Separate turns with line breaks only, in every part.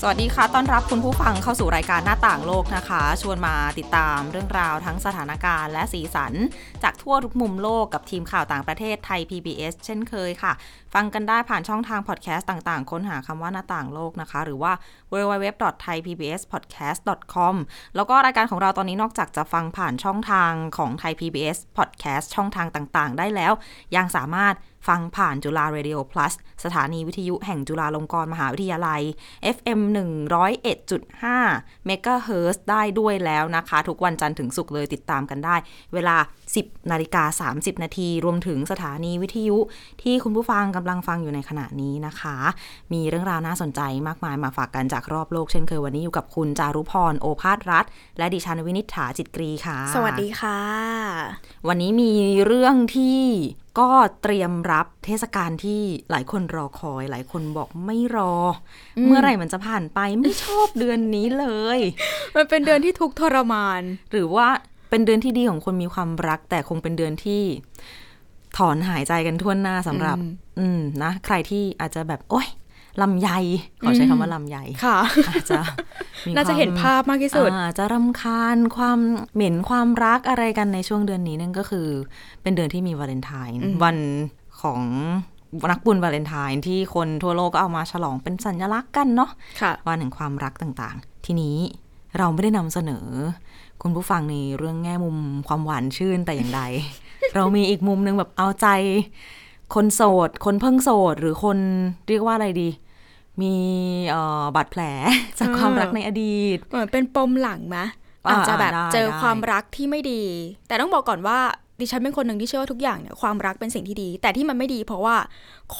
สวัสดีค่ะ ต้อนรับคุณผู้ฟังเข้าสู่รายการหน้าต่างโลกนะคะ ชวนมาติดตามเรื่องราวทั้งสถานการณ์และสีสัน จากทั่วทุกมุมโลกกับทีมข่าวต่างประเทศไทย PBS เช่นเคยค่ะ ฟังกันได้ผ่านช่องทางพอดแคสต์ต่างๆ ค้นหาคำว่าหน้าต่างโลกนะคะ หรือว่า www.thaipbspodcast.com แล้วก็รายการของเราตอนนี้นอกจากจะฟังผ่านช่องทางของ Thai PBS Podcast ช่องทางต่างๆ ได้แล้ว ยังสามารถฟังผ่านจุฬา Radio Plus สถานีวิทยุแห่งจุฬาลงกรณ์มหาวิทยาลัย FM 101.5 MHz ได้ด้วยแล้วนะคะ ทุกวันจันทร์ถึงศุกร์เลยติดตามกันได้ เวลา 10นาฬิกา30 นาทีรวมถึงสถานีวิทยุ ที่คุณผู้ฟังกำลังฟังอยู่ในขณะนี้นะคะ มีเรื่องราวน่าสนใจมากมายมาฝากกันจากรอบโลกเช่นเคยวันนี้อยู่กับคุณจารุพรโอภาสรัฐ และดิฉันวินิษฐาจิตกรีค่ะ
สวัสดีค่ะ
วันนี้มีเรื่องที่ก็เตรียมรับเทศกาลที่หลายคนรอคอย หลายคนบอกไม่รออเมื่อไหร่มันจะผ่านไปไม่ชอบเดือนนี้เลย
มันเป็นเดือนที่ทุกข์ทรมาน
หรือว่าเป็นเดือนที่ดีของคนมีความรัก แต่คงเป็นเดือนที่ ถอนหายใจกันทั่วหน้าสำหรับ
อืม
อืมนะ ใครที่อาจจะแบบ โอ๊ยลำไยขอใช้คำว่าลำไย
ค่ะ
อาจจะมี
น่าจะ
ควม
เห็นภาพมากที่สุด
อาจะรำคาญความเหม็นความรักอะไรกันในช่วงเดือนนี้นั่นก็คือ เป็นเดือนที่มีวาเลนไทน์วันของนักบุญวาเลนไทน์ที่คนทั่วโลกก็เอามาฉลองเป็นสัญลักษณ์กันเนาะ
ค่ะ
วันแห่งความรักต่างๆ ทีนี้เราไม่ได้นำเสนอ คุณผู้ฟังในเรื่องแง่มุมความหวานชื่นแต่อย่าง ใด เรามีอีกมุมหนึงแบบเอาใจ คนโสด คนเพิ่งโสด หรือคนเรียกว่าอะไรดี มีเอ่อบาดแผล จากความรักในอดีต
เหมือนเป็นปมหลังมะ
อ่า
อาจจะแบบ
ได้
เจอ
ได้
ความรักที่ไม่ดี แต่ต้องบอกก่อนว่าดิฉันเป็นคนหนึ่งที่เชื่อว่าทุกอย่างเนี่ยความรักเป็นสิ่งที่ดี แต่ที่มันไม่ดีเพราะว่า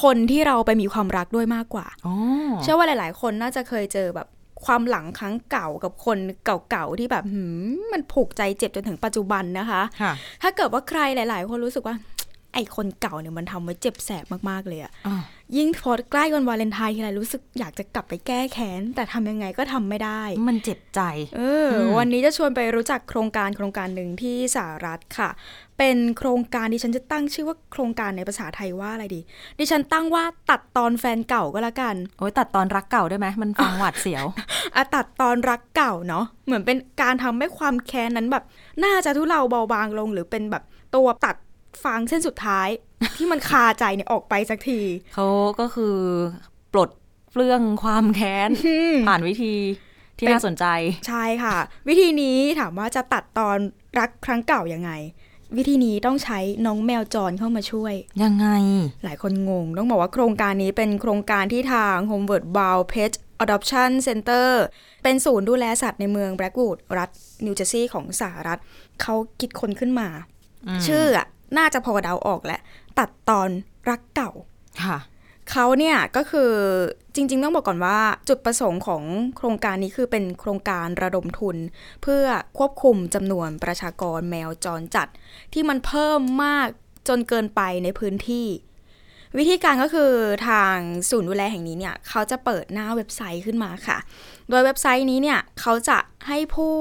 คนที่เราไปมีความรักด้วยมากกว่า
อ๋อ
เชื่อว่าหลาย ๆ คนน่าจะเคยเจอแบบความหลังครั้งเก่ากับคนเก่าๆที่แบบหืมมันผูกใจเจ็บจนถึงปัจจุบันนะคะ
ค่ะ
ถ้าเกิดว่าใครหลาย ๆ คนรู้สึกว่า ไอคนเก่าเนี่ยมันทำไว้เจ็บแสบมากๆเลยอะ
อ่ะ
ยิ่งพอใกล้วันวาเลนไทน์ทีไรรู้สึกอยากจะกลับไปแก้แค้น แต่ทำยังไงก็ทำไม่ได้
มันเจ็บใจ
เอออวันนี้จะชวนไปรู้จักโครงการโครงการหนึ่งที่สหรัฐค่ะ เป็นโครงการดิฉันจะตั้งชื่อว่าโครงการในภาษาไทยว่าอะไรดี ดิฉันตั้งว่าตัดตอนแฟนเก่าก็แล้วกัน
โอ้ยตัดตอนรักเก่าได้ไหมมันฟังหวาดเสียว
อะตัดตอนรักเก่าเนาะเหมือนเป็นการทำให้ความแค้นนั้นแบบ น่าจะทุเลาเบาบางลง หรือเป็นแบบตัวตัดฟางเส้นสุดท้าย ที่มันคาใจเนี่ยออกไปสักที
เขาก็คือ ปลดเปลื้องความแค้น ผ่านวิธีที่
เป็น
น่าสนใจ
ใช่ค่ะ วิธีนี้ถามว่าจะตัดตอนรักครั้งเก่ายังไง วิธีนี้ต้องใช้น้องแมวจรเข้ามาช่วย
ยังไง
หลายคนงง ต้องบอกว่าโครงการนี้เป็นโครงการที่ทาง Homeward Bound Pet Adoption Center เป็นศูนย์ดูแลสัตว์ในเมืองแบล็กวูดรัฐนิวเจอร์ซีย์ของสหรัฐ เขาคิดคนขึ้นมา ชื่ออะน่าจะพอเดาออกแหละ ตัดตอนรักเก่า
ค่ะ
เขาเนี่ยก็คือจริง ๆ ต้องบอกก่อนว่าจุดประสงค์ของโครงการนี้คือเป็นโครงการระดมทุน เพื่อควบคุมจำนวนประชากรแมวจรจัด ที่มันเพิ่มมากจนเกินไปในพื้นที่ วิธีการก็คือทางศูนย์ดูแลแห่งนี้เนี่ยเขาจะเปิดหน้าเว็บไซต์ขึ้นมาค่ะ โดยเว็บไซต์นี้เนี่ยเขาจะให้ผู้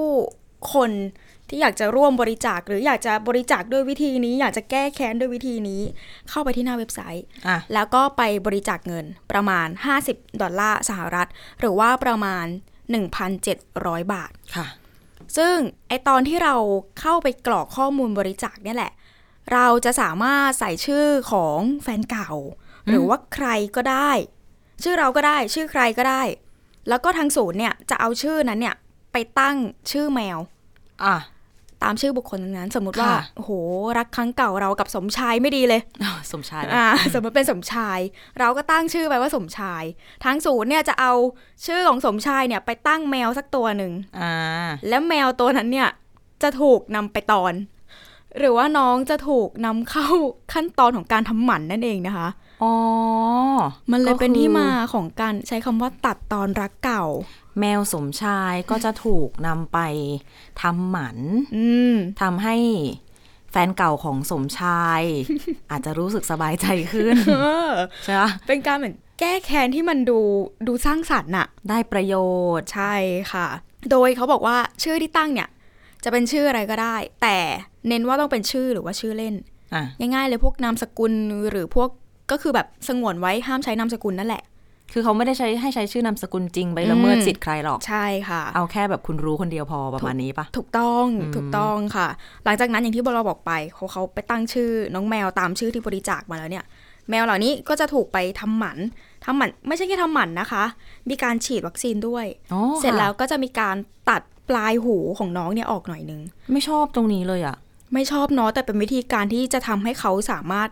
คนที่อยากจะร่วมบริจาค หรืออยากจะบริจาคด้วยวิธีนี้ อยากจะแก้แค้นด้วยวิธีนี้ เข้าไปที่หน้าเว็บไซต์
อ่ะ
แล้วก็ไปบริจาคเงินประมาณ 50 ดอลลาร์สหรัฐ หรือว่าประมาณ 1,700 บาท
ค่ะ
ซึ่งไอตอนที่เราเข้าไปกรอกข้อมูลบริจาคเนี่ยแหละ เราจะสามารถใส่ชื่อของแฟนเก่า หรือว่าใครก็ได้ ชื่อเราก็ได้ชื่อใครก็ได้ แล้วก็ทางศูนย์เนี่ยจะเอาชื่อนั้นเนี่ยไปตั้งชื่อแมว
อ่ะ
ตามชื่อบุคคลนั้นๆสมมติว่า
ค่ะ
โอ้โหรักครั้งเก่าเรากับสมชายไม่ดีเลย
อ้าวสมชายไหม
อ่าสมมติเป็นสมชาย เราก็ตั้งชื่อไปว่าสมชาย ทางศูนย์เนี่ยจะเอาชื่อของสมชายเนี่ยไปตั้งแมวสักตัวหนึ่ง
อ่า
แล้วแมวตัวนั้นเนี่ยจะถูกนำไปตอน หรือว่าน้องจะถูกนำเข้า ขั้นตอนของการทำหมันนั่นเองนะคะ
อ๋อ
มันเลย
ก็คือ
เป็นที่มาของการใช้คำว่าตัดตอนรักเก่า
แมวสมชายก็จะถูกนำไปทำหมัน
อืม
ทำให้แฟนเก่าของสมชาย อาจจะรู้สึกสบายใจขึ้น
เออ
ใช่ไหม
เป็นการเหมือน แก้แค้นที่มันดูดูสร้างสรรค์น่ะ
ได้ประโยชน์
ใช่ค่ะ โดยเขาบอกว่าชื่อที่ตั้งเนี่ย จะเป็นชื่ออะไรก็ได้ แต่เน้นว่าต้องเป็นชื่อหรือว่าชื่อเล่น
อ่ะ
ง่ายๆเลยพวกนามสกุลหรือพวกก็คือแบบสงวนไว้ห้ามใช้นามสกุลนั่นแหละ
คือเขาไม่ได้ใช้ให้ใช้ชื่อนามสกุลจริงไปละเมิด
อืม
สิทธิ์ใครหรอก
ใช่ค่ะ
เอาแค่แบบคุณรู้คนเดียวพอประมาณนี้ปะ
ถูกต้อง
อืม
ถูกต้องค่ะ หลังจากนั้นอย่างที่บลบอกไปเขาเขาไปตั้งชื่อน้องแมวตามชื่อที่บริจาคมาแล้วเนี่ย แมวเหล่านี้ก็จะถูกไปทำหมันทำหมันไม่ใช่แค่ทำหมันนะคะ มีการฉีดวัคซีนด้วย
อ๋อ
เสร็จแล้ว
ค่ะ
ก็จะมีการตัดปลายหูของน้องเนี่ยออกหน่อยนึง
ไม่ชอบตรงนี้เลยอ่ะ
ไม่ชอบเนาะแต่เป็นวิธีการที่จะทำให้เขาสามารถ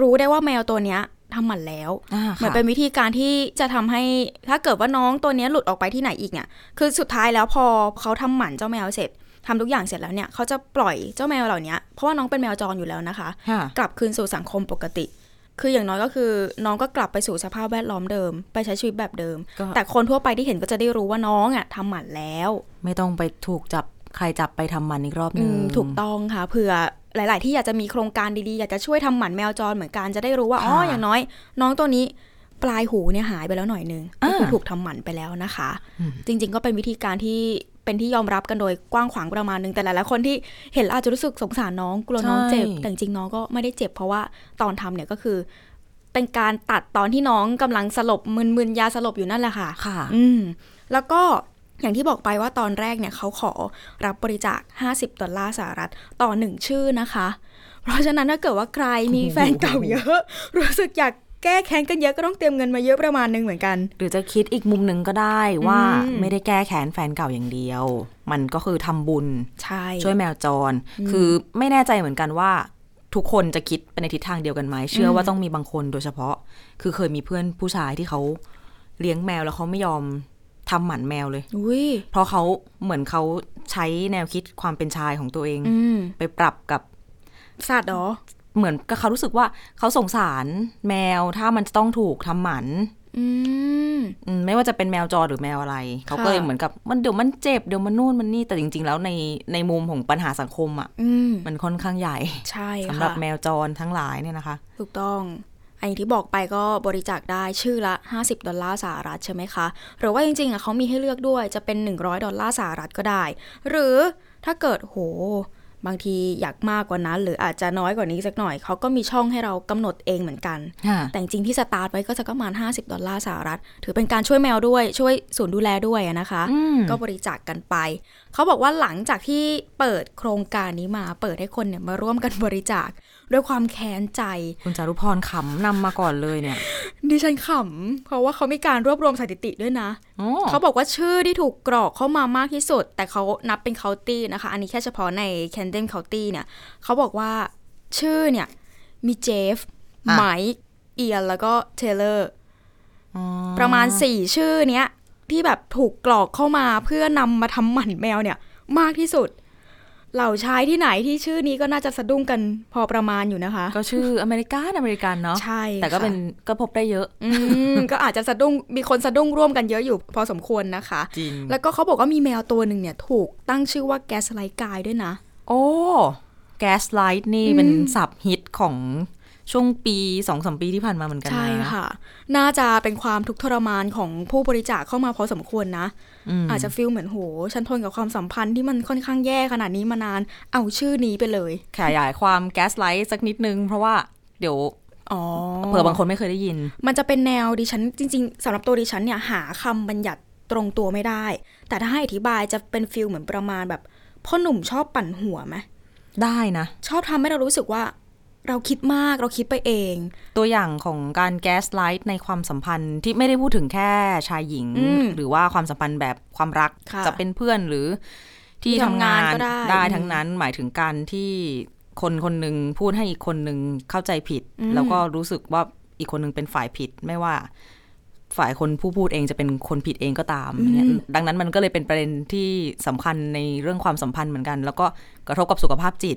รู้ได้ว่าแมวตัวเนี้ยทำหมันแล้ว
อ่า
เหมือน
ค่ะ
เป็นวิธีการที่จะทำให้ถ้าเกิดว่าน้องตัวเนี้ยหลุดออกไปที่ไหนอีกเนี่ยคือสุดท้ายแล้วพอเขาทำหมันเจ้าแมวเสร็จทำทุกอย่างเสร็จแล้วเนี่ยเขาจะปล่อยเจ้าแมวเหล่าเนี้ยเพราะว่าน้องเป็นแมวจรอยู่แล้วนะคะ
ค่ะ
กลับคืนสู่สังคมปกติ คืออย่างน้อยก็คือ น้องก็กลับไปสู่สภาพแวดล้อมเดิม ไปใช้ชีวิตแบบเดิม
ก็
แต่คนทั่วไปที่เห็นก็จะได้รู้ว่าน้องอ่ะทำหมันแล้ว
ไม่ต้องไปถูกจับใครจับไปทำมันอีกรอบหนึง
อืมถูกต้องค่ะเผื่อหลาย ๆ ที่อยากจะมีโครงการดี ๆ อยากจะช่วยทำหมันแมวจรเหมือนกันจะได้รู้ว่าอ๋ออย่างน้อย น้องตัวนี้ปลายหูเนี่ยหายไปแล้วหน่อยนึงก็คืออา ถูกทำหมันไปแล้วนะคะ จริง ๆ ก็เป็นวิธีการที่เป็นที่ยอมรับกันโดยกว้างขวางประมาณนึงแต่หลายๆคนที่เห็นแล้วอาจจะรู้สึกสงสารน้องกลัวน้องเจ็บ
ใช่
แต่จริงๆน้องก็ไม่ได้เจ็บเพราะว่าตอนทำเนี่ยก็คือ เป็นการตัดตอนที่น้องกำลังสลบมึนๆยาสลบอยู่นั่นแหละค่ะ
ค่ะ
อืมแล้วก็อย่างที่บอกไปว่าตอนแรกเนี่ยเขาขอรับบริจาค 50 ดอลลาร์สหรัฐต่อหนึ่งชื่อนะคะ เพราะฉะนั้นถ้าเกิดว่าใครมีแฟนเก่าเยอะ รู้สึกอยากแก้แค้นกันเยอะก็ต้องเตรียมเงินมาเยอะประมาณหนึงเหมือนกัน
หรือจะคิดอีกมุมหนึ่งก็ได้ว่า
อืม
ไม่ได้แก้แค้นแฟนเก่าอย่างเดียว มันก็คือทำบุญ
ใช่
ช่วยแมวจร คือไม่แน่ใจเหมือนกันว่า ทุกคนจะคิดไปในทิศทางเดียวกันไหม เชื่อว่าต้องมีบางคนโดยเฉพาะ คือเคยมีเพื่อนผู้ชายที่เขาเลี้ยงแมวแล้วเขาไม่ยอมทำหมันแมวเลย
อุ้ย
เพราะเขาเหมือนเขาใช้แนวคิดความเป็นชายของตัวเอง
อืม
ไปปรับกับ
สัตว์เหรอ
เหมือนกับเขารู้สึกว่าเขาสงสารแมวถ้ามันจะต้องถูกทำหมัน
อืม
อืมไม่ว่าจะเป็นแมวจอหรือแมวอะไร เขาก็เลยเหมือนกับมันเดี๋ยวมันเจ็บเดี๋ยวมันนู่นมันนี่แต่จริง ๆ แล้วในในมุมของปัญหาสังคมอะ่ะ
อืม
มันค่อนข้างใหญ่
ใช่
สำ
ค่ะ
หรับแมวจรทั้งหลายเนี่ยนะคะ
ถูกต้อง อันที่บอกไปก็บริจาคได้ชื่อละ 50 ดอลลาร์สหรัฐใช่ไหมคะ หรือว่าจริงๆอ่ะเขามีให้เลือกด้วยจะเป็น 100 ดอลลาร์สหรัฐก็ได้ หรือถ้าเกิดโห บางทีอยากมากกว่านั้น หรืออาจจะน้อยกว่านี้สักหน่อยเขาก็มีช่องให้เรากำหนดเองเหมือนกัน
ค่ะ
แต่จริงๆที่สตาร์ทไว้ก็จะประมาณ 50 ดอลลาร์สหรัฐ ถือเป็นการช่วยแมวด้วยช่วยศูนย์ดูแลด้วยอะนะคะ
อืม
ก็บริจาคกันไป เขาบอกว่าหลังจากที่เปิดโครงการนี้มาเปิดให้คนเนี่ยมาร่วมกันบริจาคด้วยความแค้นใจ
คุณจารุพรขำนำมาก่อนเลยเนี่ย
ดิฉันขำเพราะว่าเขามีการรวบรวมสถิติด้วยนะ
โอ้
เขาบอกว่าชื่อที่ถูกกรอกเข้ามามากที่สุด แต่เขานับเป็นเคาน์ตี้นะคะ อันนี้แค่เฉพาะในแคนเดนเคาน์ตี้เนี่ยเขาบอกว่าชื่อเนี่ยมีเจฟไมค์เอียนแล้วก็เทเลอร์
อ๋อ
ประมาณ 4 ชื่อเนี้ย ที่แบบถูกกรอกเข้ามาเพื่อนำมาทำหมันแมวเนี่ย มากที่สุด เหล่าชายที่ไหนที่ชื่อนี้ก็น่าจะสะดุ้งกันพอประมาณอยู่นะคะ
ก็ชื่ออเมริกันอเมริกันเนาะ
ใช่
แต่ก็
ค่ะ
เป็นก็พบได้เยอะ
อืม ก็อาจจะสะดุ้งมีคนสะดุ้งร่วมกันเยอะอยู่พอสมควรนะคะ
จริง
แล้วก็เขาบอกว่ามีแมวตัวหนึ่งเนี่ย ถูกตั้งชื่อว่าแกสไลท์กายด้วยนะ
โอ้แก๊สไลท์นี่เป็นสับฮิตของช่วงปีสองสมปีที่ผ่านมาเหมือนกันนะ
ใช่ค่ะ น่าจะเป็นความทุกข์ทรมานของผู้บริจาคเข้ามาพอสมควรนะ
อืม
อาจจะฟีลเหมือนโห ฉันทนกับความสัมพันธ์ที่มันค่อนข้างแย่ขนาดนี้มานาน เอาชื่อนี้ไปเลย
ขยายความแก๊สไลท์สักนิดนึง เพราะว่าเดี๋ยว
อ๋อ
เผื่อบางคนไม่เคยได้ยิน
มันจะเป็นแนวดิฉันจริงๆสำหรับตัวดิฉันเนี่ยหาคำบัญญัติตรงตัวไม่ได้ แต่ถ้าให้อธิบายจะเป็นฟีลเหมือนประมาณแบบพ่อหนุ่มชอบปั่นหัวไหม
ได้นะ
ชอบทำให้เรารู้สึกว่าเราคิดมากเราคิดไปเอง
ตัวอย่างของการแก๊สไลท์ในความสัมพันธ์ที่ไม่ได้พูดถึงแค่ชายหญิง
อืม
หรือว่าความสัมพันธ์แบบความรัก
ค่ะ
จะเป็นเพื่อนหรือที่
ที่
ทำ
ทำงาง
าน น
ก็ได้อืม
ทั้งนั้นหมายถึงการที่คนคนหนึ่งพูดให้อีกคนหนึ่งเข้าใจผิด
อืม
แล้วก็รู้สึกว่าอีกคนหนึ่งเป็นฝ่ายผิดไม่ว่า ฝ่ายคนผู้พูดเองจะเป็นคนผิดเองก็ตามอย่างเงี้ยดังนั้นมันก็เลยเป็นประเด็นที่สำคัญในเรื่องความสัมพันธ์เหมือนกัน แล้วก็กระทบกับสุขภาพจิต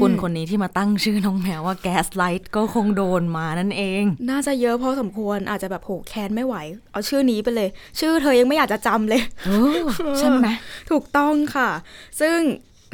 คุณคนนี้ที่มาตั้งชื่อน้องแมวว่าแก๊สไลท์ก็คงโดนมานั่นเอง
น่าจะเยอะพอสมควรอาจจะแบบโหแค้นไม่ไหว เอาชื่อนี้ไปเลย ชื่อเธอยังไม่อยากจะจำเลย
เออใช่ไหม
ถูกต้องค่ะ ซึ่ง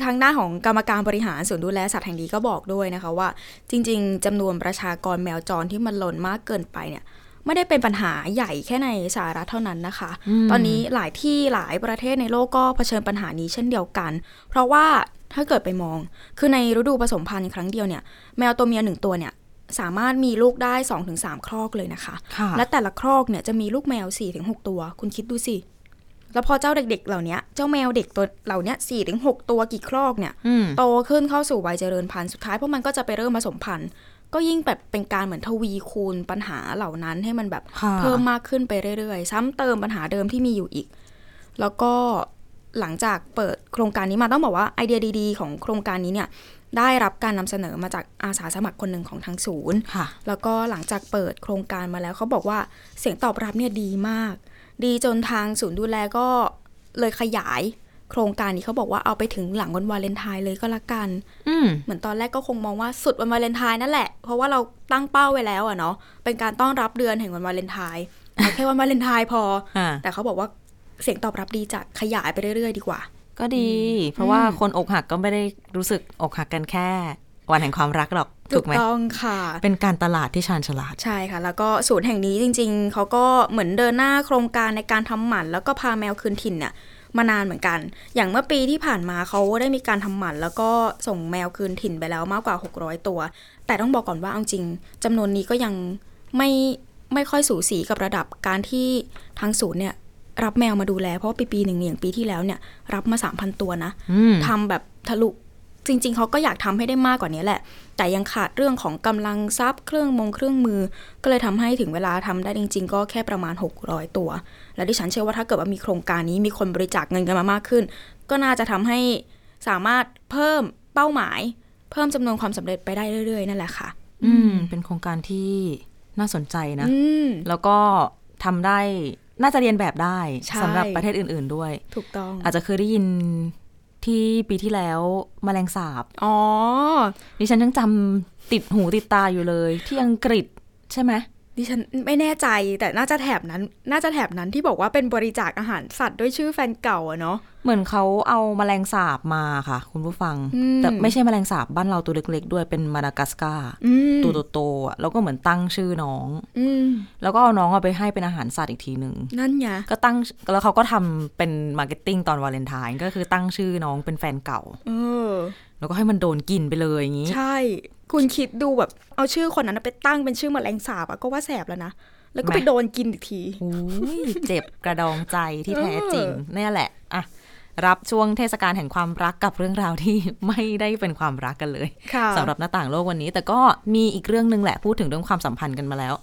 ทางหน้านของกรรมการบริหารส่วนย์ดูแลสัตว์แห่งนี้ก็บอกด้วยนะคะว่า จริง ๆจำนวนประชากรแมวจรที่มันหล่นมากเกินไปเนี่ย ไม่ได้เป็นปัญหาใหญ่แค่ในสหรัฐเท่านั้นนะคะ ตอนนี้หลายที่หลายประเทศในโลกก็เผชิญปัญหานี้เช่นเดียวกัน เพราะว่าถ้าเกิดไปมอง คือในฤดูผสมพันธุ์ครั้งเดียวเนี่ย แมวตัวเมียหนึ่งตัวเนี่ย สามารถมีลูกได้ 2-3 ครอกเลยนะคะ
ค่ะ
และแต่ละครอกเนี่ยจะมีลูกแมว 4-6 ตัว คุณคิดดูสิ แล้วพอเจ้าเด็ก ๆ เหล่าเนี้ยเจ้าแมวเด็กตัวเหล่าเนี้ย4-6 ตัวกี่ครอกเนี่ย
อืม
โตขึ้นเข้าสู่วัยเจริญพันธุ์สุดท้ายพวกมันก็จะไปเริ่มผสมพันธุ์ ก็ยิ่งแบบเป็นการเหมือนทวีคูณปัญหาเหล่านั้นให้มันแบบ
ค่ะ
เพิ่มมากขึ้นไปเรื่อยๆ ซ้ำเติมปัญหาเดิมที่มีอยู่อีก แล้วก็หลังจากเปิดโครงการนี้มาต้องบอกว่าไอเดียดีๆ ของโครงการนี้เนี่ยได้รับการนำเสนอมาจากอาสาสมัครคนหนึ่งของทางศูนย์
ค่ะ
แล้วก็หลังจากเปิดโครงการมาแล้วเขาบอกว่าเสียงตอบรับเนี่ยดีมาก ดีจนทางศูนย์ดูแลก็เลยขยาย โครงการนี้เขาบอกว่าเอาไปถึงหลังวันวาเลนไทน์เลยก็แล้วกัน
อืม
เหมือนตอนแรกก็คงมองว่าสุดวันวาเลนไทน์นั่นแหละ เพราะว่าเราตั้งเป้าไว้แล้วอะเนาะเป็นการต้อนรับเดือนแห่งวันวาเลนไทน์เอาแค่วันวาเลนไทน์พอ
อ่า
แต่เขาบอกว่าเสียงตอบรับดีจัดขยายไปเรื่อยๆ ดีกว่า
ก็ดี เพราะว่าคนอกหักก็ไม่ได้รู้สึกอกหักกันแค่ วันแห่งความรักหรอกถูกไหม
ถูกต้องค่ะ
เป็นการตลาดที่ชาญฉลาด
ใช่ค่ะ แล้วก็ศูนย์แห่งนี้จริงๆ เขาก็เหมือนเดินหน้าโครงการในการทำหมัน แล้วก็พาแมวคืนถิ่นเนี่ยมานานเหมือนกัน อย่างเมื่อปีที่ผ่านมาเขาได้มีการทำหมัน แล้วก็ส่งแมวคืนถิ่นไปแล้วมากกว่า 600 ตัว แต่ต้องบอกก่อนว่าเอาจริงจำนวนนี้ก็ยังไม่ไม่ค่อยสูสีกับระดับการที่ทางศูนย์เนี่ยรับแมวมาดูแล เพราะว่าปีปีหนึ่งเนี่ยอย่างปีที่แล้วเนี่ยรับมา 3,000 ตัวนะ
อืม
ทำแบบทะลุจริง ๆ เขาก็อยากทำให้ได้มากกว่านี้แหละ แต่ยังขาดเรื่องของกำลังทรัพย์เครื่องมงเครื่องมือ ก็เลยทำให้ถึงเวลาทำได้จริง ๆ ก็แค่ประมาณ 600 ตัว และดิฉันเชื่อว่าถ้าเกิดว่ามีโครงการนี้มีคนบริจาคเงินกันมามากขึ้น ก็น่าจะทำให้สามารถเพิ่มเป้าหมาย เพิ่มจำนวนความสำเร็จไปได้เรื่อย ๆ นั่นแหละค่ะ
อืม เป็นโครงการที่น่าสนใจนะ
อืม
แล้วก็ทำได้ น่าจะเรียนแบบได้
ใช่
สำหรับประเทศอื่น ๆด้วย
ถูกต้อง
อาจจะเคยได้ยินที่ปีที่แล้วมแมลงสาบ
อ๋อ
ดิฉันยังจำติดหูติดตาอยู่เลย ที่อังกฤษใช่ไหม
ดิฉันไม่แน่ใจแต่น่าจะแถบนั้น น่าจะแถบนั้นที่บอกว่าเป็นบริจาคอาหารสัตว์ด้วยชื่อแฟนเก่าอะเนาะ
เหมือนเขาเอาแมลงสาบมาค่ะ คุณผู้ฟัง
อืม
แต่ไม่ใช่แมลงสาบบ้านเราตัวเล็กๆ ด้วยเป็นมาดากัสการ์
อืม
ตัวโตๆอ่ะแล้วก็เหมือนตั้งชื่อน้อง
อืม
แล้วก็เอาน้องเอาไปให้เป็นอาหารสัตว์อีกทีหนึ่ง
นั่นไง
ก็ตั้งแล้วเขาก็ทำเป็นมาร์เก็ตติ้งตอนวาเลนไทน์ก็คือตั้งชื่อน้องเป็นแฟนเก่า
เออ
แล้วก็ให้มันโดนกินไปเลยอย่างนี้
ใช่ คุณคิดดูแบบ เอาชื่อคนนั้นไปตั้งเป็นชื่อแมลงสาบอะก็ว่าแสบแล้วนะ แล้วก็ไป
แม่
โดนกินอีกที
โอ้ ยเจ็บกระดองใจที่แท้จริงเนี่ยแหละอ่ะรับช่วงเทศกาลแห่งความรักกับเรื่องราวที่ ไม่ได้เป็นความรักกันเลย
ค่ะ
สำหรับหน้าต่างโลกวันนี้ แต่ก็มีอีกเรื่องหนึ่งแหละพูดถึงเรื่องความสัมพันธ์กันมาแล้ว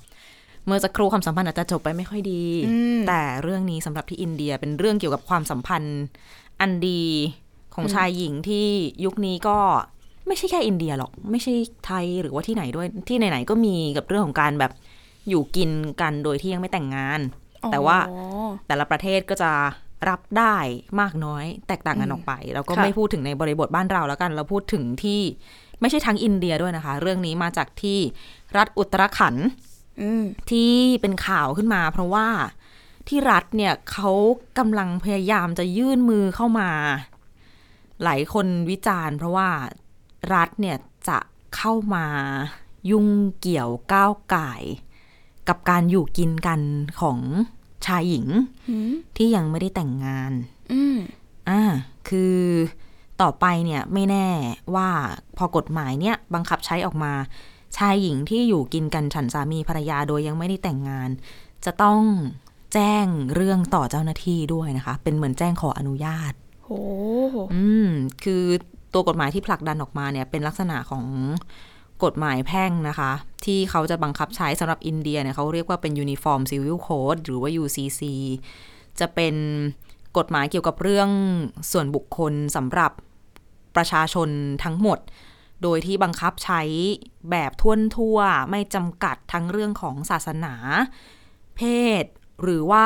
เมื่อสักครู่ความสัมพันธ์อาจจะจบไปไม่ค่อยดี แต่เรื่องนี้สำหรับที่อินเดียเป็นเรื่องเกี่ยวกับความสัมพันธ์อันดีของชายหญิงที่ยุคนี้ก็ไม่ใช่แค่อินเดียหรอก ไม่ใช่ไทยหรือว่าที่ไหนด้วยที่ไหนๆก็มีกับเรื่องของการแบบอยู่กินกันโดยที่ยังไม่แต่งงาน แต่ว่า
อ๋อ
แต่ละประเทศก็จะรับได้มากน้อยแตกต่างกันออกไป แล้วก็
ค่ะ
ไม่พูดถึงในบริบทบ้านเราแล้วกัน เราพูดถึงที่ไม่ใช่ทั้งอินเดียด้วยนะคะ เรื่องนี้มาจากที่รัฐอุตตรขันธ์
อืม
ที่เป็นข่าวขึ้นมา เพราะว่าที่รัฐเนี่ยเขากำลังพยายามจะยื่นมือเข้ามา หลายคนวิจารณ์ เพราะว่ารัฐเนี่ยจะเข้ามายุ่งเกี่ยวก้าวไก่าย กับการอยู่กินกันของชายหญิง
อืม
ที่ยังไม่ได้แต่งงาน
อืม
อ่า คือต่อไปเนี่ยไม่แน่ว่าพอกฎหมายเนี่ยบังคับใช้ออกมา ชายหญิงที่อยู่กินกันฉันสามีภรรยาโดยยังไม่ได้แต่งงาน จะต้องแจ้งเรื่องต่อเจ้าหน้าที่ด้วยนะคะ เป็นเหมือนแจ้งขออนุญาต
โห
อืม คือตัวกฎหมายที่ผลักดันออกมาเนี่ยเป็นลักษณะของกฎหมายแพ่งนะคะ ที่เขาจะบังคับใช้สำหรับอินเดียเนี่ยเขาเรียกว่าเป็น Uniform Civil Code หรือว่า UCC จะเป็นกฎหมายเกี่ยวกับเรื่องส่วนบุคคลสำหรับประชาชนทั้งหมด โดยที่บังคับใช้แบบท่วนทั่วๆไม่จำกัดทั้งเรื่องของศาสนา เพศ หรือว่า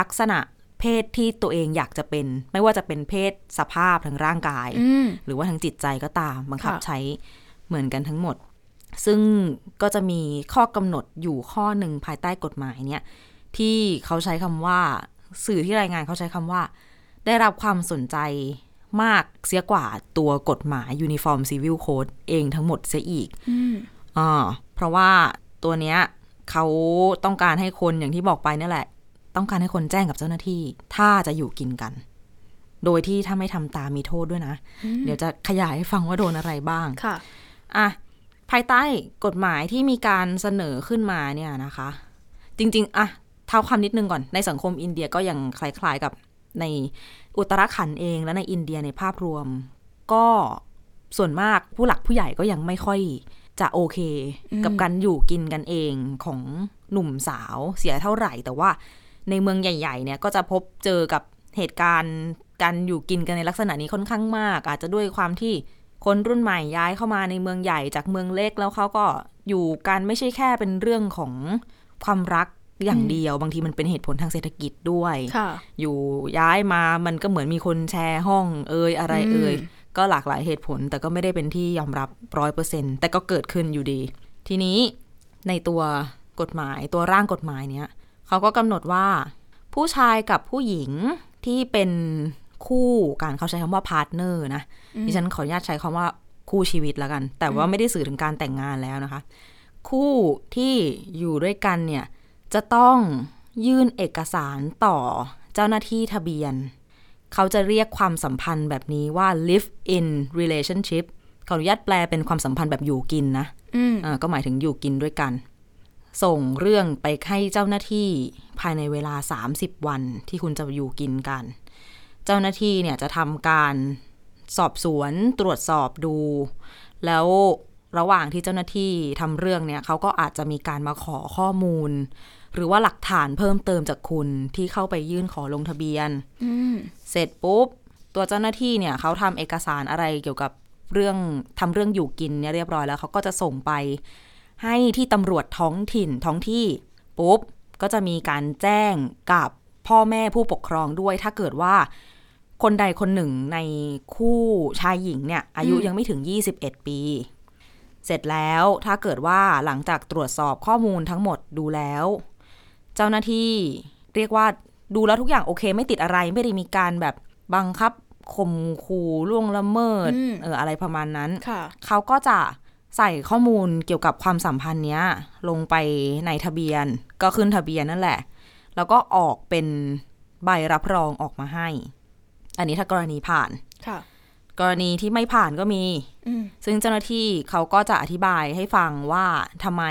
ลักษณะเพศที่ตัวเองอยากจะเป็น ไม่ว่าจะเป็นเพศสภาพทางร่างกาย
อืม
หรือว่าทางจิตใจก็ตามบังคับ
ค่ะ
ใช้เหมือนกันทั้งหมด ซึ่งก็จะมีข้อกำหนดอยู่ข้อหนึ่งภายใต้กฎหมายเนี่ย ที่เขาใช้คำว่า สื่อที่รายงานเขาใช้คำว่า ได้รับความสนใจมากเสียกว่าตัวกฎหมาย Uniform Civil Code เองทั้งหมดเสียอีก
อืม
อ่าเพราะว่าตัวเนี้ย เขาต้องการให้คนอย่างที่บอกไปนั่นแหละ ต้องการให้คนแจ้งกับเจ้าหน้าที่ ถ้าจะอยู่กินกัน โดยที่ถ้าไม่ทำตามมีโทษด้วยนะ เดี๋ยวจะขยายให้ฟังว่าโดนอะไรบ้าง
ค่ะ
อ่ะภายใต้กฎหมายที่มีการเสนอขึ้นมาเนี่ยนะคะ จริงๆอ่ะเท้าความนิดนึงก่อนในสังคมอินเดียก็ยังคล้ายๆกับในอุตรขันธ์เองและในอินเดียในภาพรวม ก็ส่วนมากผู้หลักผู้ใหญ่ก็ยังไม่ค่อยจะโอเค กับการอยู่กินกันเองของหนุ่มสาวเสียเท่าไหร่ แต่ว่าในเมืองใหญ่ๆเนี่ยก็จะพบเจอกับเหตุการณ์การอยู่กินกันในลักษณะนี้ค่อนข้างมาก อาจจะด้วยความที่ คนรุ่นใหม่ย้ายเข้ามาในเมืองใหญ่จากเมืองเล็กแล้วเขาก็อยู่กันไม่ใช่แค่เป็นเรื่องของความรักอย่างเดียว บางทีมันเป็นเหตุผลทางเศรษฐกิจด้วย
ค่ะ
อยู่ย้ายมามันก็เหมือนมีคนแชร์ห้องเอ่ยอะไรเอ่ย
อืม
ก็หลากหลายเหตุผล แต่ก็ไม่ได้เป็นที่ยอมรับร้อยเปอร์เซ็นแต่ก็เกิดขึ้นอยู่ดี ทีนี้ในตัวกฎหมายตัวร่างกฎหมายเนี้ยเขาก็กำหนดว่า ผู้ชายกับผู้หญิงที่เป็นคู่กันเขาใช้คำว่าพาร์ทเนอร์นะดิฉันขออนุญาตใช้คำว่าคู่ชีวิตแล้วกัน แต่ว่าไม่ได้สื่อถึงการแต่งงานแล้วนะคะ คู่ที่อยู่ด้วยกันเนี่ย จะต้องยื่นเอกสารต่อเจ้าหน้าที่ทะเบียน เขาจะเรียกความสัมพันธ์แบบนี้ว่า live in relationship ขออนุญาตแปลเป็นความสัมพันธ์แบบอยู่กินนะ
อืม
อ่าก็หมายถึงอยู่กินด้วยกัน ส่งเรื่องไปให้เจ้าหน้าที่ภายในเวลา 30 วันที่คุณจะอยู่กินกัน เจ้าหน้าที่เนี่ยจะทำการสอบสวนตรวจสอบดู แล้วระหว่างที่เจ้าหน้าที่ทำเรื่องเนี่ยเขาก็อาจจะมีการมาขอข้อมูล หรือว่าหลักฐานเพิ่มเติมจากคุณที่เข้าไปยื่นขอลงทะเบียน
อืม
เสร็จปุ๊บ ตัวเจ้าหน้าที่เนี่ยเขาทำเอกสารอะไรเกี่ยวกับเรื่องทำเรื่องอยู่กินเนี่ยเรียบร้อยแล้วเขาก็จะส่งไปให้ที่ตำรวจท้องถิ่นท้องที่ปุ๊บ ก็จะมีการแจ้งกับพ่อแม่ผู้ปกครองด้วย ถ้าเกิดว่าคนใดคนหนึ่งในคู่ชายหญิงเนี่ย อายุ
อืม
ยังไม่ถึง 21 ปี เสร็จแล้วถ้าเกิดว่าหลังจากตรวจสอบข้อมูลทั้งหมดดูแล้ว เจ้าหน้าที่เรียกว่าดูแล้วทุกอย่างโอเค ไม่ติดอะไรไม่ได้มีการแบบบังคับข่มขู่ล่วงละเมิด
อืม
เอออะไรประมาณนั้น
ค่ะ
เขาก็จะใส่ข้อมูลเกี่ยวกับความสัมพันธ์เนี้ย ลงไปในทะเบียน ก็ขึ้นทะเบียนนั่นแหละ แล้วก็ออกเป็นใบรับรองออกมาให้ อันนี้ถ้ากรณีผ่าน
ค่ะ
กรณีที่ไม่ผ่านก็มี
อืม
ซึ่งเจ้าหน้าที่เขาก็จะอธิบายให้ฟังว่าทำไม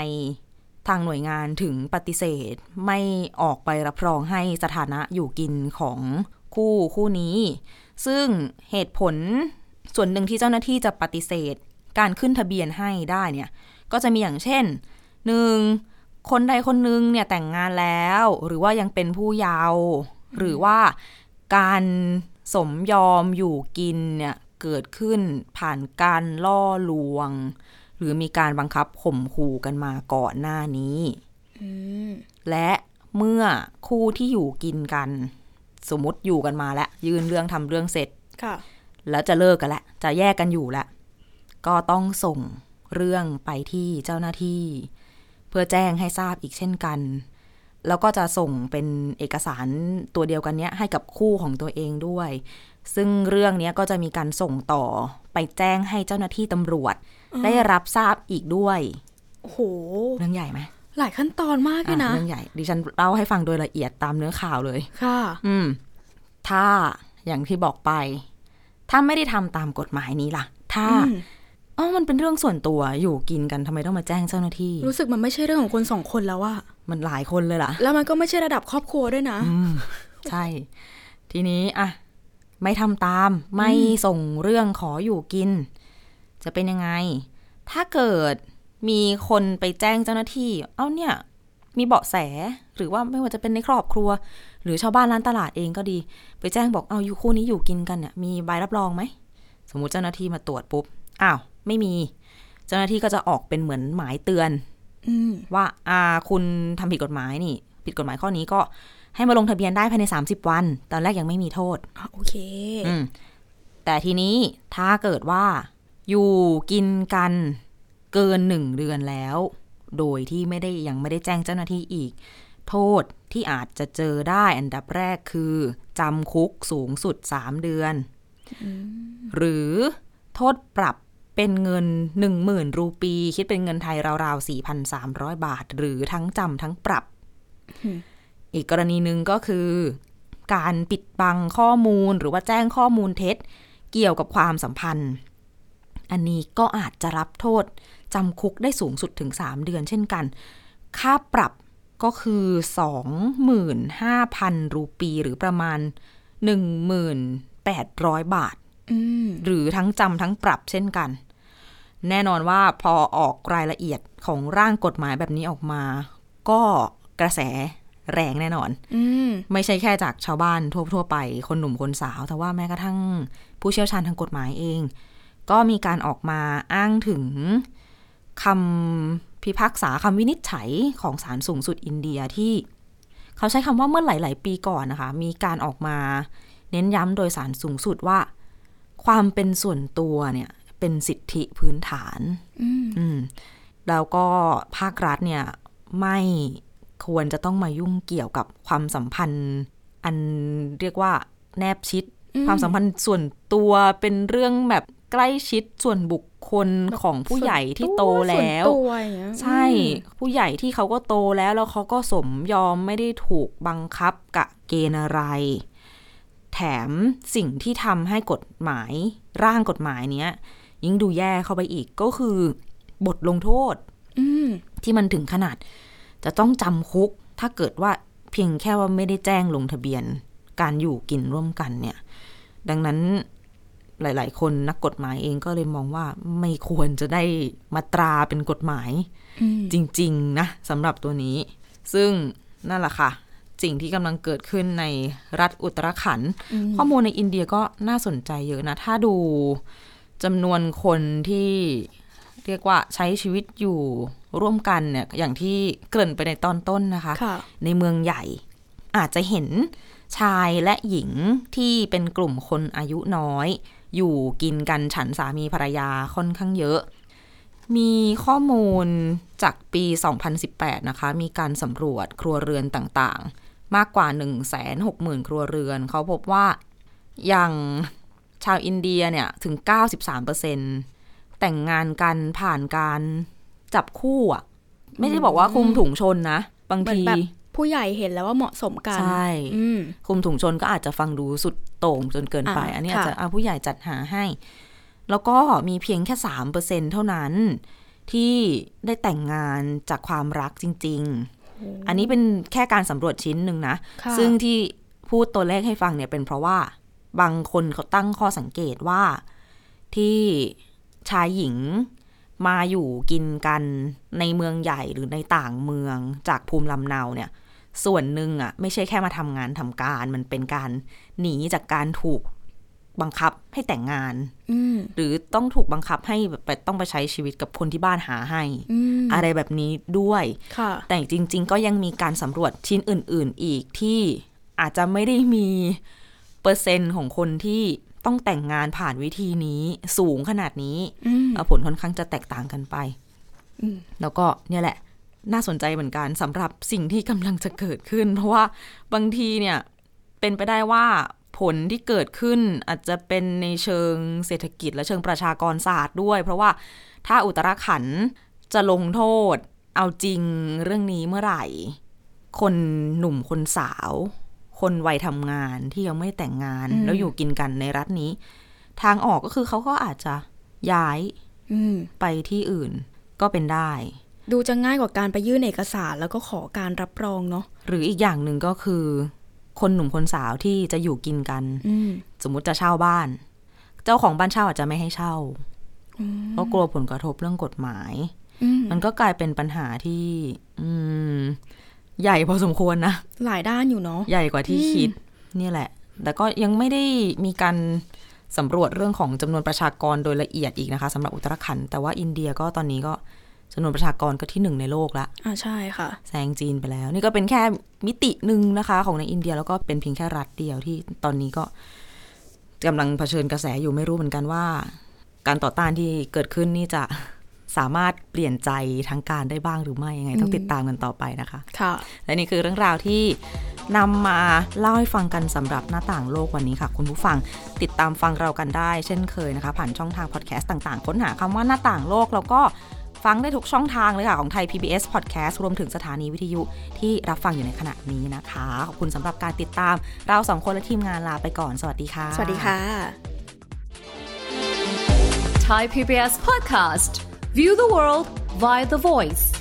ทางหน่วยงานถึงปฏิเสธ ไม่ออกไปรับรองให้สถานะอยู่กินของคู่คู่นี้ ซึ่งเหตุผลส่วนหนึ่งที่เจ้าหน้าที่จะปฏิเสธ การขึ้นทะเบียนให้ได้เนี่ย ก็จะมีอย่างเช่นหนึ่งคนใดคนหนึงเนี่ยแต่งงานแล้ว หรือว่ายังเป็นผู้เยาว์หรือว่าการสมยอมอยู่กินเนี่ยเกิดขึ้นผ่านการล่อลวง หรือมีการบังคับข่มขู่กันมาก่อนหน้านี้
อืม
และเมื่อคู่ที่อยู่กินกัน สมมติอยู่กันมาแล้วยื่นเรื่องทำเรื่องเสร็จ
ค่ะ
แล้วจะเลิกกันแล้วจะแยกกันอยู่แล้วก็ต้องส่งเรื่องไปที่เจ้าหน้าที่ เพื่อแจ้งให้ทราบอีกเช่นกัน แล้วก็จะส่งเป็นเอกสารตัวเดียวกันเนี้ยให้กับคู่ของตัวเองด้วย ซึ่งเรื่องเนี้ยก็จะมีการส่งต่อไปแจ้งให้เจ้าหน้าที่ตำรวจ ได้รับทราบอีกด้วย
โอ้โห
เรื่องใหญ่ไหม
หลายขั้นตอนมากเลย
อ่ะ
นะ
เรื่องใหญ่ดิฉันเล่าให้ฟังโดยละเอียดตามเนื้อข่าวเลย
ค่ะ
อืม ถ้าอย่างที่บอกไป ถ้าไม่ได้ทำตามกฎหมายนี้ล่ะ ถ้า
อืม
อ๋อมันเป็นเรื่องส่วนตัวอยู่กินกันทำไมต้องมาแจ้งเจ้าหน้าที่
รู้สึกมันไม่ใช่เรื่องของคนสองคนแล้วอะ
มันหลายคนเลยล่ะ
แล้วมันก็ไม่ใช่ระดับครอบครัวด้วยนะ
อืม ใช่ ทีนี้อะไม่ทำตามไม่ส่งเรื่องขออยู่กิน จะเป็นยังไง ถ้าเกิดมีคนไปแจ้งเจ้าหน้าที่ เอ้าเนี่ย มีเบาะแสหรือว่าไม่ว่าจะเป็นในครอบครัว หรือชาวบ้านร้านตลาดเองก็ดี ไปแจ้งบอกเอาอยู่คู่นี้อยู่กินกันเนี่ยมีใบรับรองไหม สมมุติเจ้าหน้าที่มาตรวจปุ๊บอ้าวไม่มี เจ้าหน้าที่ก็จะออกเป็นเหมือนหมายเตือน
อืม
ว่าอ่าคุณทำผิดกฎหมายนี่ ผิดกฎหมายข้อนี้ก็ให้มาลงทะเบียนได้ภายใน 30 วัน ตอนแรกยังไม่มีโทษ
อ่ะโอเค
อืม แต่ทีนี้ถ้าเกิดว่า อยู่กินกันเกินหนึ่งเดือนแล้ว โดยที่ไม่ได้ยังไม่ได้แจ้งเจ้าหน้าที่อีก โทษที่อาจจะเจอได้อันดับแรกคือจำคุกสูงสุด 3 เดือน หรือโทษปรับ เป็นเงิน 10,000 รูปี คิดเป็นเงินไทยราวๆ 4,300 บาท หรือทั้งจำทั้งปรับ
อืม
อีกกรณีหนึ่งก็คือ การปิดบังข้อมูลหรือว่าแจ้งข้อมูลเท็จ เกี่ยวกับความสัมพันธ์ อันนี้ก็อาจจะรับโทษจำคุกได้สูงสุดถึง 3 เดือนเช่นกัน ค่าปรับก็คือ 25,000 รูปีหรือประมาณ 1,800 บาท
อืม
หรือทั้งจำทั้งปรับเช่นกัน แน่นอนว่าพอออกรายละเอียดของร่างกฎหมายแบบนี้ออกมา ก็กระแสแรงแน่นอน
อืม
ไม่ใช่แค่จากชาวบ้านทั่วๆไป คนหนุ่มคนสาว แต่ว่าแม้กระทั่งผู้เชี่ยวชาญทางกฎหมายเอง ก็มีการออกมาอ้างถึงคำพิพากษาคำวินิจฉัยของศาลสูงสุดอินเดียที่ เขาใช้คำว่าเมื่อหลาย ๆ ปีก่อนนะคะ มีการออกมาเน้นย้ำโดยศาลสูงสุดว่า ความเป็นส่วนตัวเนี่ยเป็นสิทธิพื้นฐาน
อืม
อืมแล้วก็ภาครัฐเนี่ยไม่ควรจะต้องมายุ่งเกี่ยวกับความสัมพันธ์ อันเรียกว่าแนบชิด
อืม
ความสัมพันธ์ส่วนตัวเป็นเรื่องแบบใกล้ชิดส่วนบุคคลของผู้ใหญ่ที่โตแล้ว
ส่นตัวอย่างเงี้ย
ใช่ ผู้ใหญ่ที่เขาก็โตแล้วแล้วเขาก็สมยอมไม่ได้ถูกบังคับกะเกณฑ์อะไร แถมสิ่งที่ทำให้กฎหมายร่างกฎหมายเนี้ย ยิ่งดูแย่เข้าไปอีกก็คือบทลงโทษ
อืม
ที่มันถึงขนาด จะต้องจำคุก ถ้าเกิดว่าเพียงแค่ว่าไม่ได้แจ้งลงทะเบียน การอยู่กินร่วมกันเนี่ย ดังนั้นหลาย ๆ คนนักกฎหมายเองก็เลยมองว่าไม่ควรจะได้มาตราเป็นกฎหมาย
อืม
จริง ๆ นะสำหรับตัวนี้ ซึ่งนั่นแหละค่ะ สิ่งที่กำลังเกิดขึ้นในรัฐอุตรขันธ์
อืม
ข้อมูลในอินเดียก็น่าสนใจเยอะนะ ถ้าดูจำนวนคนที่เรียกว่าใช้ชีวิตอยู่ร่วมกันเนี่ย อย่างที่เกริ่นไปในตอนต้นนะคะ
ค่ะ
ในเมืองใหญ่อาจจะเห็นชายและหญิงที่เป็นกลุ่มคนอายุน้อย อยู่กินกันฉันสามีภรรยาค่อนข้างเยอะ มีข้อมูลจากปี 2018 นะคะ มีการสำรวจครัวเรือนต่างๆ มากกว่า 160,000 ครัวเรือน เขาพบว่าอย่างชาวอินเดียเนี่ย ถึง 93%แต่งงานกันผ่านการจับคู่อะไม่ได้บอกว่าคุมถุงชนนะ บาง
เหมือน
ที
แบบ ผู้ใหญ่เห็นแล้วว่าเหมาะสมกัน
ใช่
อืม
คุมถุงชนก็อาจจะฟังดูสุดโต่งจนเกินไป
อ่า
อันนี้อาจ
ค่ะ
จะเอาผู้ใหญ่จัดหาให้ แล้วก็มีเพียงแค่สามเปอร์เซ็นเท่านั้น ที่ได้แต่งงานจากความรักจริง ๆ อันนี้เป็นแค่การสำรวจชิ้นหนึ่งนะ
ค่ะ
ซึ่งที่พูดตัวเลขให้ฟังเนี่ยเป็นเพราะว่าบางคนเขาตั้งข้อสังเกตว่าที่ชายหญิงมาอยู่กินกันในเมืองใหญ่หรือในต่างเมืองจากภูมิลำเนาเนี่ย ส่วนหนึ่งอ่ะไม่ใช่แค่มาทำงานทำการมันเป็นการหนีจากการถูกบังคับให้แต่งงาน
อืม
หรือต้องถูกบังคับให้แบบไปต้องไปใช้ชีวิตกับคนที่บ้านหาให้
อืม
อะไรแบบนี้ด้วย
ค่ะ
แต่จริง ๆ ก็ยังมีการสำรวจชิ้นอื่น ๆ อีกที่อาจจะไม่ได้มีเปอร์เซ็นต์ของคนที่ต้องแต่งงานผ่านวิธีนี้สูงขนาดนี้
อืม
เอ่อผลค่อนข้างจะแตกต่างกันไป
อืม
แล้วก็เนี่ยแหละ น่าสนใจเหมือนกันสำหรับสิ่งที่กำลังจะเกิดขึ้น เพราะว่าบางทีเนี่ย เป็นไปได้ว่าผลที่เกิดขึ้นอาจจะเป็นในเชิงเศรษฐกิจและเชิงประชากรศาสตร์ด้วย เพราะว่าถ้าอุตราขันธ์จะลงโทษ เอาจริงเรื่องนี้เมื่อไหร่ คนหนุ่มคนสาว คนวัยทำงานที่ยังไม่ได้แต่งงาน
อืม
แล้วอยู่กินกันในรัฐนี้ ทางออกก็คือเขาก็อาจจะย้าย
อืม
ไปที่อื่นก็เป็นได้
ดูจะง่ายกว่าการไปยื่นเอกสารแล้วก็ขอการรับรองเนาะ
หรืออีกอย่างหนึ่งก็คือ คนหนุ่มคนสาวที่จะอยู่กินกัน
อืม
สมมติจะเช่าบ้าน เจ้าของบ้านเช่าอาจจะไม่ให้เช่าเพราะกลัวผลกระทบเรื่องกฎหมาย
อืม
มันก็กลายเป็นปัญหาที่ อืม ใหญ่พอสมควรนะ
หลายด้านอยู่เนาะ
ใหญ่กว่าที่คิดเนี่ยแหละ แต่ก็ยังไม่ได้มีการสำรวจเรื่องของจำนวนประชากรโดยละเอียดอีกนะคะสำหรับอุตราขันธ์แต่ว่าอินเดียก็ตอนนี้ก็จำนวนประชากรก็ที่หนึ่งในโลกละ
อ่าใช่ค่ะ
แซงจีนไปแล้ว นี่ก็เป็นแค่มิติหนึ่งนะคะ ของในอินเดียแล้วก็เป็นเพียงแค่รัฐเดียวที่ตอนนี้ก็กำลังเผชิญกระแสอยู่ไม่รู้เหมือนกันว่า การต่อต้านที่เกิดขึ้นนี่จะสามารถเปลี่ยนใจทางการได้บ้างหรือไม่ยังไง ต้องติดตามกันต่อไปนะคะ
ค่ะ
และนี่คือเรื่องราวที่ นำมาเล่าให้ฟังกันสำหรับหน้าต่างโลกวันนี้ค่ะ คุณผู้ฟังติดตามฟังเรากันได้ เช่นเคยนะคะ ผ่านช่องทางพอดแคสต์ต่างๆ ค้นหาคำว่าหน้าต่างโลกแล้วก็ฟังได้ทุกช่องทางเลยค่ะ ของไทย PBS Podcast รวมถึงสถานีวิทยุที่รับฟังอยู่ในขณะนี้นะคะ ขอบคุณสำหรับการติดตาม เราสองคนและทีมงานลาไปก่อนสวัสดีค่ะ
สวัสดีค่ะ
Thai PBS podcast. View the world via the voice.